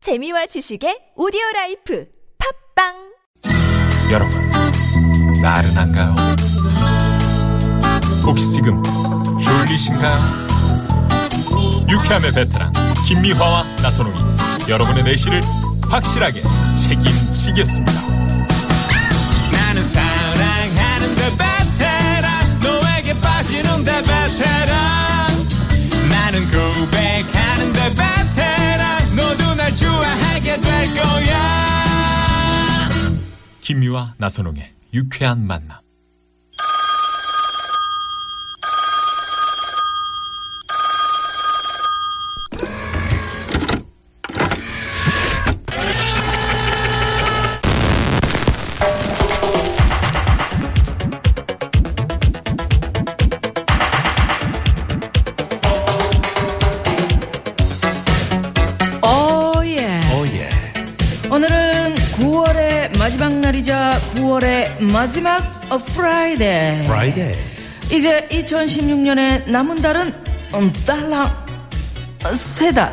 재미와 지식의 오디오 라이프 팝빵 여러분, 나른한가요? 혹시 지금 졸리신가요? 유쾌함의 베테랑 김미화와 나선홍이 여러분의 내실을 확실하게 책임지겠습니다. 나는 사랑하는데 그 베테랑 너에게 빠지는데 베테랑 나는 고백하는데 그 베테랑 너도 날 좋아하게 될 거야 김미화 나선홍의 유쾌한 만남. 오예. Oh 오늘은 9월의 마지막 날이자 9월의 마지막 어, 프라이데이. 아, 프라이데이. 이제 2016년에 남은 달은 음, 딸랑 어, 세 달.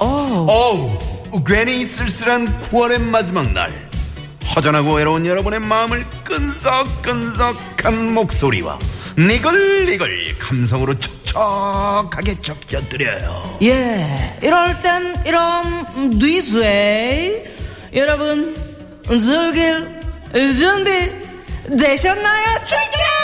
어우, 괜히 쓸쓸한 9월의 마지막 날. 허전하고 외로운 여러분의 마음을 끈적끈적한 목소리와 니글니글 감성으로 촉촉하게 적셔드려요. 예. 이럴 땐 이런 뉘즈웨이. 여러분 즐길 준비 되셨나요? 출기라!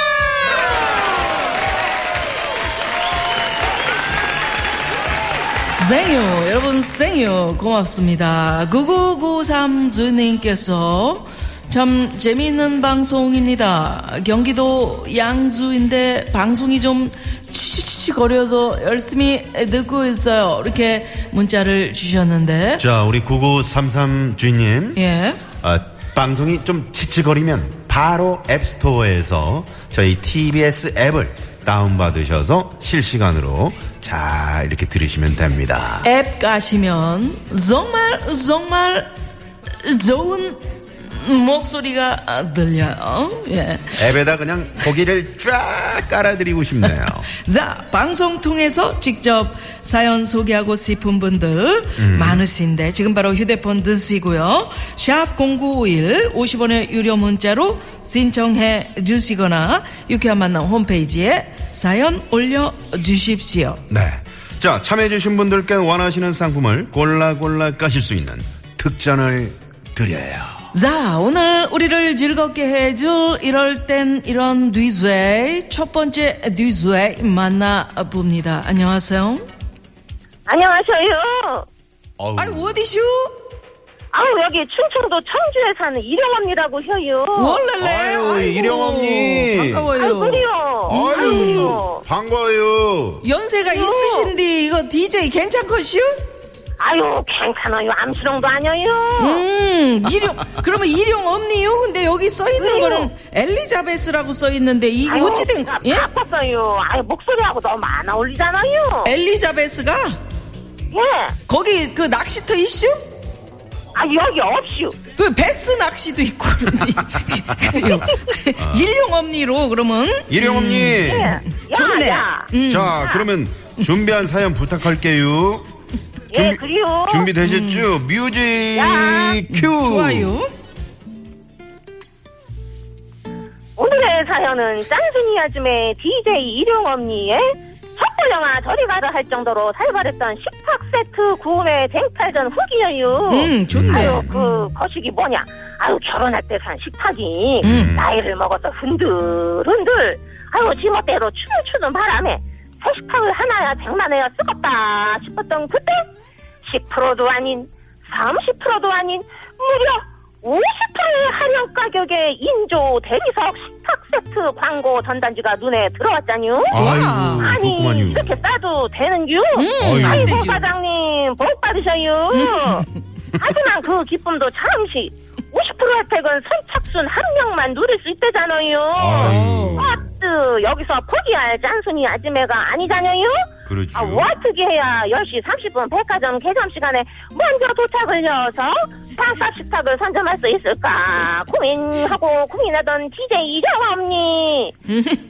생유 여러분 생유 고맙습니다 9993 주님께서 참 재미있는 방송입니다 경기도 양주인데 방송이 좀 치치치치 거려도 열심히 듣고 있어요 이렇게 문자를 주셨는데 자, 우리 9933 주인님. 예 아, 방송이 좀 지치거리면 바로 앱스토어에서 저희 TBS 앱을 다운받으셔서 실시간으로 자, 이렇게 들으시면 됩니다. 앱 가시면 정말 정말 좋은 목소리가 들려요 예. 앱에다 그냥 고기를 쫙 깔아드리고 싶네요. 자, 방송 통해서 직접 사연 소개하고 싶은 분들 음. 많으신데 지금 바로 휴대폰 드시고요. 샵 0951 50원의 유료 문자로 신청해 주시거나 유쾌한 만남 홈페이지에 사연 올려 주십시오. 네. 자, 참여해주신 분들께 원하시는 상품을 골라 골라 까실 수 있는 특전을 드려요. 자, 오늘 우리를 즐겁게 해줄 이럴 땐 이런 뉘즈웨이 첫 번째 뉘즈웨이 만나 봅니다. 안녕하세요. 어. 안녕하세요. 어우, 아이 어디슈? 아우 여기 충청도 청주에 사는 이령언니라고 해요. 원래래. 어. 아유, 일영 언니. 반가워요. 아이고요. 아이고요. 반가워요. 연세가 있으신데 이거 DJ 괜찮겠슈? 아유 괜찮아요. 암수롱도 아니에요. 음, 일용 그러면 일용 없니요? 근데 여기 써 있는 왜요? 거는 엘리자베스라고 써 있는데 이 아유, 어찌 된 나 예? 바빴어요. 아유 목소리하고 너무 안 어울리잖아요. 엘리자베스가 예. 거기 그 낚시터 이슈? 아 여기 없슈. 그 베스 낚시도 있고 그러니 일용 없니로 그러면 일영엄님. 예. 야, 좋네. 야. 자, 그러면 준비한 사연 부탁할게요. 예, 어? 그래요. 준비되셨죠? 뮤직 야. 큐. 좋아요. 오늘의 사연은 짠순이 아줌의 DJ 일용언니의 첫불 영화 저리 가라 할 정도로 살벌했던 식탁 세트 구매 쟁탈전 후기여요. 음, 좋네. 아유, 그 거식이 뭐냐? 아유, 결혼할 때 산 식탁이 나이를 먹어서 흔들흔들. 아유, 지멋대로 춤을 추는 바람에 새 식탁을 하나야 장만해야 쓰겄다 싶었던 그때 10%도 아닌 30%도 아닌 무려 50%의 할인 가격에 인조 대리석 식탁 세트 광고 전단지가 눈에 들어왔잖요. 아이고, 아니 그렇구만요. 이렇게 싸도 되는겨? 음, 안 아이고 되죠. 사장님 복 받으셔요. 하지만 그 기쁨도 잠시 50% 혜택은 선착순 한 명만 누릴 수 있대잖아요. 아유. 어뜨 여기서 포기할 짠순이 아줌매가 아니잖아요. 그러죠. 아, 어떻게 해야 10시 30분 백화점 개점 시간에 먼저 도착을 해서 반값 식탁을 선점할 수 있을까 고민하고 고민하던 DJ 이정아 언니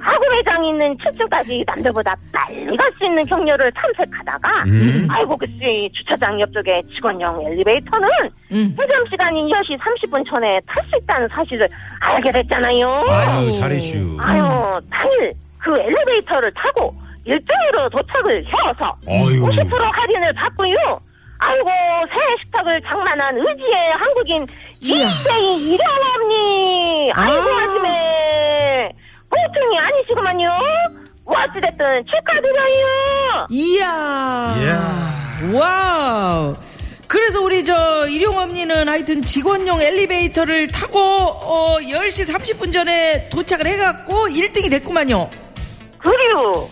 가구 매장이 있는 7층까지 남들보다 빨리 갈 수 있는 경로를 탐색하다가 음. 아이고 글쎄 주차장 옆쪽에 직원용 엘리베이터는 개점 시간인 10시 30분 전에 탈 수 있다는 사실을 알게 됐잖아요 아유, 잘했슈. 아유, 당일 그 엘리베이터를 타고 일정으로 도착을 해서 아유. 50% 할인을 받고요. 아이고, 새해 식탁을 장만한 의지의 한국인 이야. 인생이 이런 언니. 아이고, 아. 아침에. 보통이 아니시구만요. 어찌됐든 축하드려요. 이야. 이야. 와우. 그래서 우리 저 일용 언니는 하여튼 직원용 엘리베이터를 타고 어 10시 30분 전에 도착을 해 갖고 1등이 됐구만요. 그리고,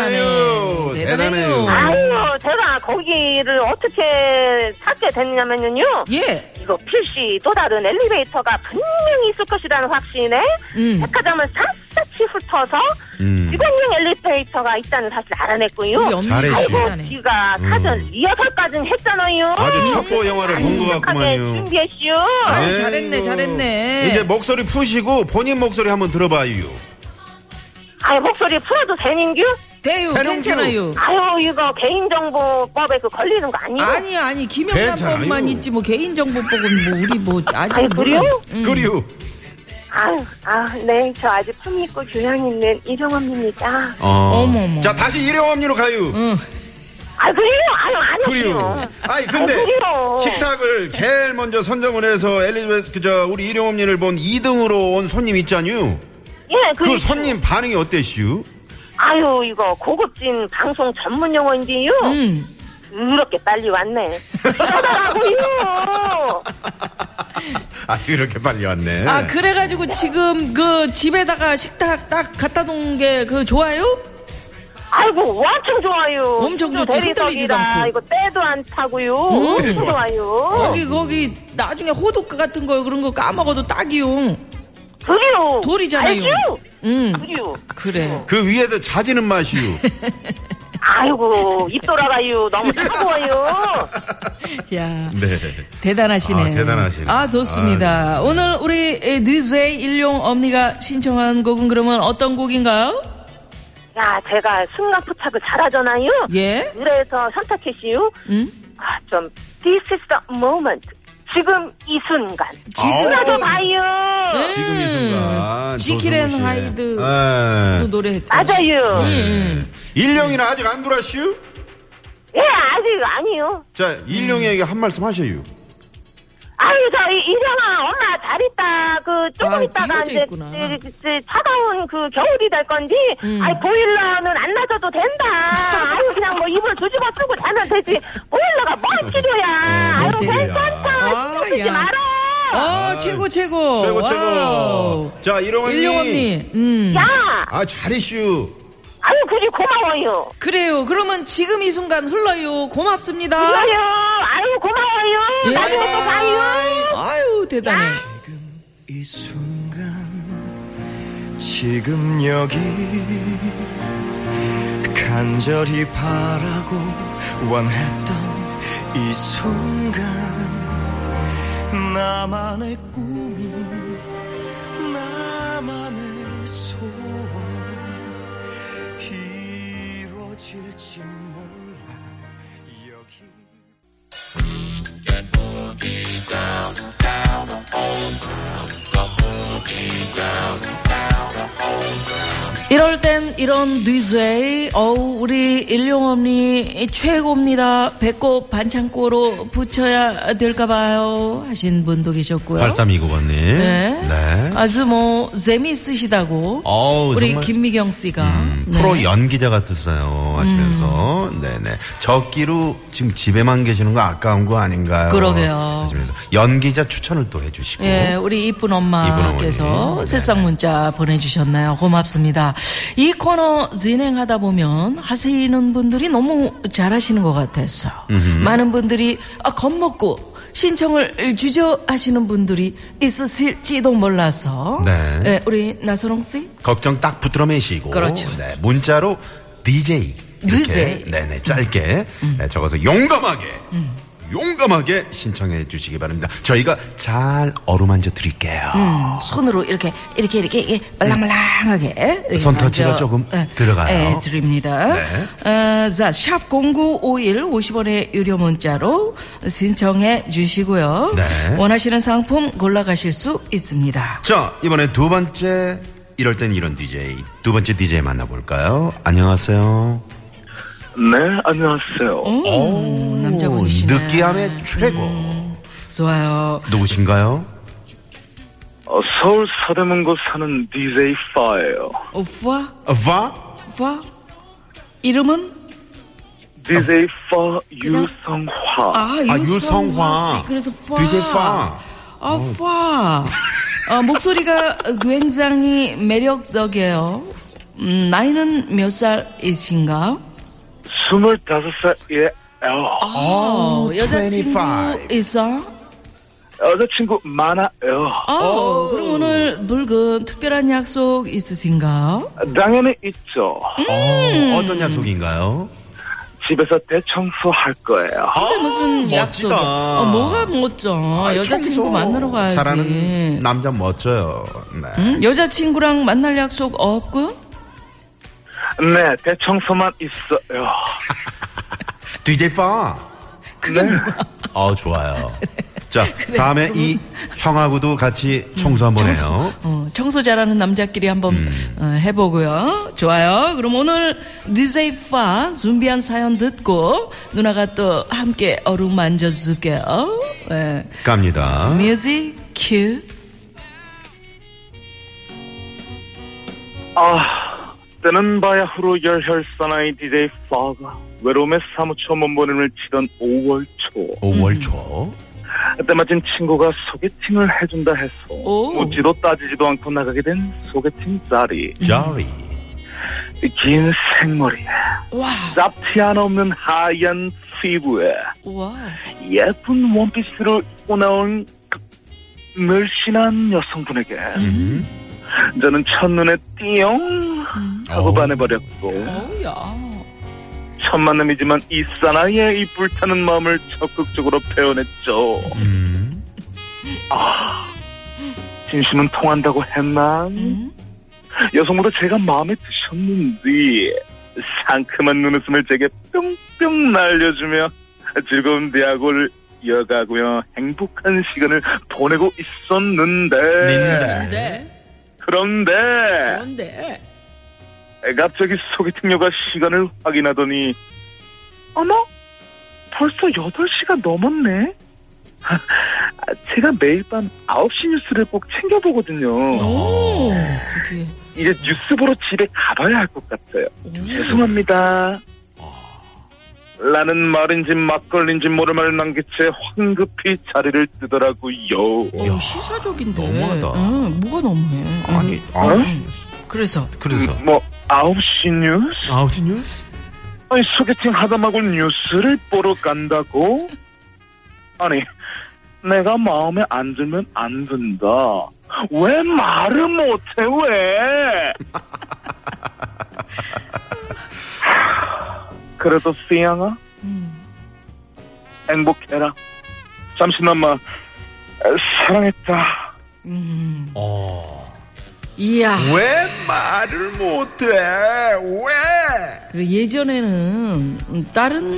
대단하네요. 대단하네. 대단해요. 대단해요. 아유, 제가 거기를 어떻게 찾게 됐냐면요. 예. 이거 필시 또 다른 엘리베이터가 분명히 있을 것이라는 확신에 음. 백화점을 샅샅이 훑어서 음. 직원용 엘리베이터가 있다는 사실을 우리 알아냈고요. 언니가 잘했어. 아이고 대단해. 비가 사전 리허설까지 했잖아요. 음. 아주 첩보 영화를 본것 완벽하게 같구만요. 준비했슈. 아유, 아이고. 잘했네, 잘했네. 이제 목소리 푸시고 본인 목소리 한번 들어봐요. 아유 목소리 풀어도 되는규? 대유 대룡주. 괜찮아요. 아유 이거 개인정보법에 그 걸리는 거 아니고? 아니 아니 김영란법만 괜찮아요. 있지 뭐 개인정보법은 뭐 우리 뭐 아직 아니, 몰라. 그래요? 그리요. 아유 아네저 아주 품있고 교양 있는 이정원입니다. 어머머. 음. 자 다시 일회용 압류로 가요. 아 그래요? 아유 아니요. 그리요. 아니 근데 어, 그리요. 식탁을 제일 먼저 선정을 해서 엘리베이터 그저 우리 일용 엄니를 본 2등으로 온 손님 있잖유. 예, 그 그리고 그러니까. 손님 반응이 어땠슈? 아유 이거 고급진 방송 전문 용어인데요. 음. 그렇게 빨리 왔네. 대단하고요. 아 이렇게 빨리 왔네. 아 그래가지고 지금 그 집에다가 식탁 딱 갖다 놓은 게 그 좋아요? 아이고 엄청 좋아요. 엄청 좋지, 대리석이라 흔들리지도 않고. 음. 이거 때도 안 타고요. 엄청 좋아요. 어. 거기 거기 나중에 호두 같은 거 그런 거 까먹어도 딱이요. 그리요. 돌이잖아요. 알죠? 음. 그리요. 그래. 그 위에서 자지는 맛이유. 아이고 입 돌아가요. 너무 차가워요. 야 네. 대단하시네. 아, 대단하시네. 네. 아, 좋습니다. 오늘 우리 에, 뉴스의 일용 엄니가 신청한 곡은 그러면 어떤 곡인가요? 야 제가 순간 포착을 잘하잖아요. 예. 그래서 선택했시요. 음? 아좀 this is the moment. 지금 이 순간. 아우, 지금이라도 봐요. 지금 이 순간. 음. 지킬 앤 조승우 씨의. 하이드. 예. 또 노래했잖아. 맞아요. 일용이는 아직 안 돌았슈? 예, 아직 아니요. 자 일용이에게 한 말씀 하셔요. 아유, 저, 이- 이정아, 엄마 잘 있다. 그, 조금 아, 있다가 비어져 이제, 있구나. 그- 그- 그 차가운 그 겨울이 될 건지, 아이, 보일러는 안 놔줘도 된다. 아유, 그냥 뭐 이불 뒤집어 쓰고 자면 되지. 보일러가 뭔 필요야. 아유, 필요야. 괜찮다. 아, 신경 쓰지 야. 마라. 아, 최고 최고. 네. 최고 와우. 최고. 자 일용 언니. 일용 언니. 음. 야, 아 잘했슈. 아유, 그리 고마워요. 그래요. 그러면 지금 이 순간 흘러요. 고맙습니다. 아유, 아유, 고마워요. 예. 나중에 또 봐요. 아유, 대단해. 이 순간 지금 여기 간절히 바라고 원했던 이 순간 나만의 꿈이 나만의 소원 이루어질지 몰라 여기 이럴 땐 이런 뉴스에 어우 우리 일용엄니 최고입니다. 배꼽 반창고로 붙여야 될까 봐요. 하신 분도 계셨고요. 8329번님. 네. 네. 아주 뭐 재미있으시다고. 어우, 우리 정말. 김미경 씨가 음, 네. 음. 프로 연기자 같았어요 하시면서 네네 적기로 지금 집에만 계시는 거 아까운 거 아닌가요? 그러게요. 하시면서 연기자 추천을 또 해주시고 예, 우리 이쁜 이쁜 엄마께서 어머니. 네. 새싹 문자 보내주셨나요? 고맙습니다. 이 코너 진행하다 보면 하시는 분들이 너무 잘하시는 것 같아서 많은 분들이 아, 겁먹고 신청을 주저하시는 분들이 있으실지도 몰라서 네. 예, 우리 나선홍 씨 걱정 딱 붙들어 매시고 그렇죠. 네, 문자로 DJ 늦에. 이렇게 네네 음. 짧게 네, 적어서 용감하게 용감하게 신청해 주시기 바랍니다. 저희가 잘 어루만져 드릴게요. 음. 손으로 이렇게 이렇게 이렇게, 이렇게 말랑말랑하게 이렇게 손터치가 만져- 조금 예, 들어가요. 네. 예, 드립니다. 어, 자, 샵 0951 50원의 유료 문자로 신청해 주시고요. 네. 원하시는 상품 골라가실 수 있습니다. 자 이번에 두 번째 이럴 땐 이런 DJ 두 번째 DJ 만나볼까요? 안녕하세요. 네, 안녕하세요. 음, 어? 오, 남자분이시네. 음. 느끼함의 최고 좋아요. 누구신가요? 어, 서울 서대문구 사는 DJ 파예요. 어, 파? 와 파? 이름은? DJ 파 유성화. 아, 아, 유성화. 유성화. 씨. 그래서 파. DJ 파. 아, 파. 어, 목소리가 굉장히 매력적이에요. 음, 나이는 몇 살이신가? 25살이에요. 어, 여자친구 25. 있어? 여자친구 많아요. 어, 그럼 오늘 붉은 특별한 약속 있으신가? 어, 당연히 있죠. 음. 어, 어떤 약속인가요? 아, 집에서 대청소 할 거예요. 근데 무슨 어, 멋지다. 약속? 아, 어, 뭐가 멋져? 여자친구 청소 만나러 가야지. 잘하는 남자 멋져요. 네. 음? 여자친구랑 만날 약속 없고? 네, 대청소만 있어요. DJ 파. 그게 뭐 어 좋아요. 자 다음에 이 형하고도 음. 같이 청소 한번 해요. 어, 청소 잘하는 남자끼리 한번 음. 어, 해보고요. 좋아요. 그럼 오늘 디제이파 준비한 사연 듣고 누나가 또 함께 어루 만져줄게요. 예. 갑니다. 뮤직 큐. 아, 때는 바야흐로 열혈 사나이 DJ 파가 외로움에 사무쳐 몸부림을 치던 5월 초. 5월 초. 때마침 친구가 소개팅을 해준다 해서 오. 묻지도 따지지도 않고 나가게 된 소개팅 자리 자리. 긴 생머리에 와, 잡티 하나 없는 하얀 피부에 와. 예쁜 원피스를 입고 나온 그 늘씬한 여성분에게 음. 저는 첫눈에 띠용 하고 어. 반해버렸고 음. 어우야. 첫 만남이지만 이 사나이의 이 불타는 마음을 적극적으로 표현했죠 음. 진심은 통한다고 했나 음? 여성보다 제가 마음에 드셨는지 상큼한 눈웃음을 제게 뿅뿅 날려주며 즐거운 대학을 이어가고요 행복한 시간을 보내고 있었는데 네. 근데, 그런데 뭔데? 갑자기 소개팅녀가 시간을 확인하더니 어머 벌써 8시가 넘었네 아, 제가 매일 밤 9시 뉴스를 꼭 챙겨보거든요 어. 오, 그게. 이제 뉴스 보러 집에 가봐야 할 것 같아요. 죄송합니다. 라는 말인지 막걸리인지 모를 말을 남긴 채 황급히 자리를 뜨더라고요. 어, 시사적인데. 너무하다. 응, 뭐가 너무해. 아니 응. 아 그래서. 그래서 뭐 9시 뉴스? 아홉시 뉴스. 아니 소개팅 하다 말고 뉴스를 보러 간다고? 아니 내가 마음에 안 들면 안 든다. 왜 말을 못해 왜? 하, 그래도 피양아 음. 행복해라. 잠시나마 에, 사랑했다. 음. 어. 이야. 왜 음, 말을 못해? 왜? 그리고 예전에는 음, 다른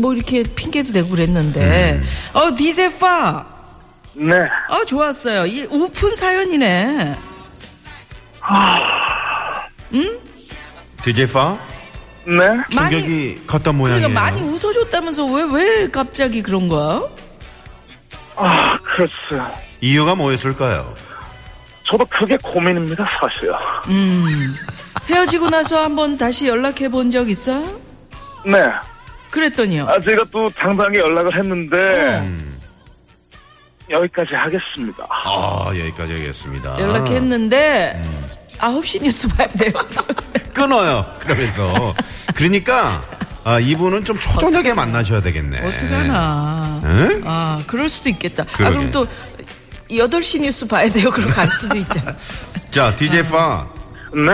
뭐 이렇게 핑계도 대고 음. 그랬는데 어 디제파 네. 어 좋았어요 이 우픈 사연이네 DJ 파 네. 충격이 그러니까 컸던 모양이에요. 많이 웃어줬다면서 왜 왜 갑자기 그런 거야 아, 글쎄요. 이유가 뭐였을까요? 저도 그게 고민입니다, 사실. 헤어지고 나서 한번 다시 연락해 본 적 있어 네. 그랬더니요 아, 제가 또 당당히 연락을 했는데, 여기까지 하겠습니다. 아 여기까지 하겠습니다. 연락했는데 음. 아홉 시 뉴스 봐야 돼요 아, 끊어요. 그러면서 그러니까 아, 이분은 좀 초저녁에 만나셔야 되겠네. 어떡하나 응? 아 그럴 수도 있겠다 아 예. 그러게. 그럼 또 여덟 시 뉴스 봐야 돼요 그럼 갈 수도 있잖아 자 DJ 파 네.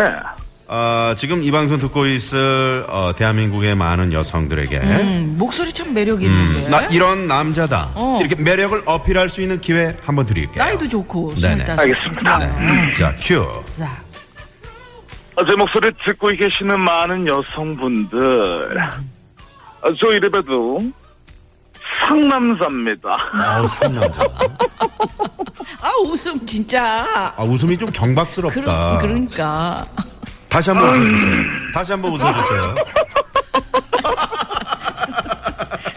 아, 지금 이 방송 듣고 있을 어, 대한민국의 많은 여성들에게 음, 목소리 참 매력이 있는데. 음. 나 이런 남자다 네. 어. 이렇게 매력을 어필할 수 있는 기회 한번 드릴게요. 나이도 좋고 네네. 스물다섯. 알겠습니다. 네. 자 큐. 자, 아, 제 목소리 듣고 계시는 많은 여성분들. 아, 저 이래봬도 상남자입니다. 아우 상남자. 아 웃음 진짜. 아 웃음이 좀 그러, 경박스럽다. 그러니까 네. 다시 한번 웃어주세요. 다시 한번 웃어주세요.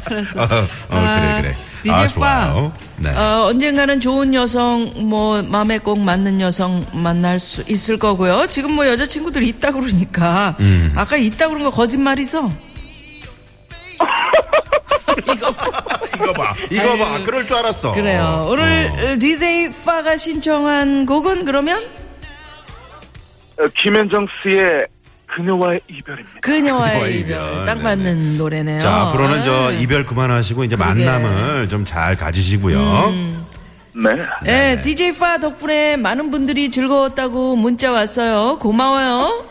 그래서 어, 어, 그래 그래. 아 DJ 좋아요. 빠, 네. 어, 언젠가는 좋은 여성, 뭐, 마음에 꼭 맞는 여성 만날 수 있을 거고요. 지금 뭐 여자친구들 있다 그러니까. 음. 아까 있다 그런 거 거짓말이죠? 이거 봐. 이거 봐. 그럴 줄 알았어. 그래요. 오늘 DJ 파가 신청한 곡은 그러면 어, 김현정 씨의 그녀와의 이별입니다. 그녀와의 그녀와의 이별. 이별. 딱 네네. 맞는 노래네요. 자 앞으로는 저 네. 이별 그만하시고 이제 그러게. 음. 만남을 좀 잘 가지시고요. 네. 네, DJ 파 덕분에 많은 분들이 즐거웠다고 문자 왔어요. 고마워요.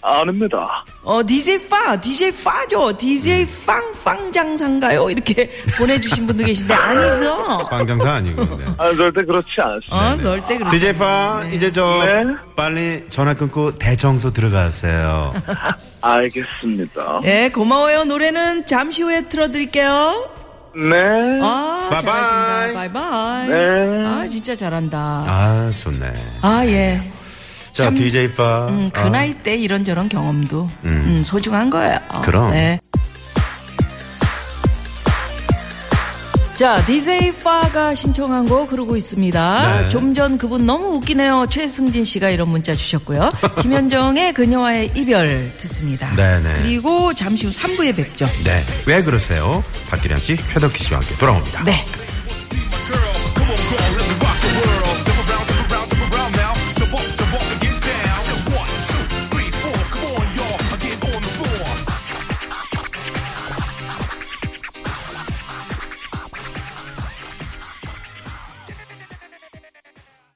아닙니다. 어, DJ 파, DJ 파죠. DJ 네. 빵, 빵장사인가요? 이렇게 보내주신 분도 계신데, 아니죠? 빵장사 아니고. 네. 아, 절대 그렇지 않습니다. 어, 넣을 때 그렇죠. DJ 네, 파 이제 저 네. 빨리 전화 끊고 대청소 들어가세요. 알겠습니다. 예, 고마워요. 노래는 잠시 후에 틀어드릴게요. 네. 아, 바이바이. 잘하신다. 바이바이. 네. 아, 진짜 잘한다. 아 좋네. 아, 예. 자 참, DJ 파. 음, 그 아, 나이 때 이런저런 경험도 음, 소중한 거예요. 그럼. 네. 자, DJ 파가 신청한 거 그러고 있습니다. 네. 좀 전 그분 너무 웃기네요. 최승진 씨가 이런 문자 주셨고요. 김현정의 그녀와의 이별 듣습니다. 네네. 그리고 잠시 후 3부에 뵙죠. 아, 네. 왜 그러세요? 박기량 씨, 최덕희 씨와 함께 돌아옵니다. 네.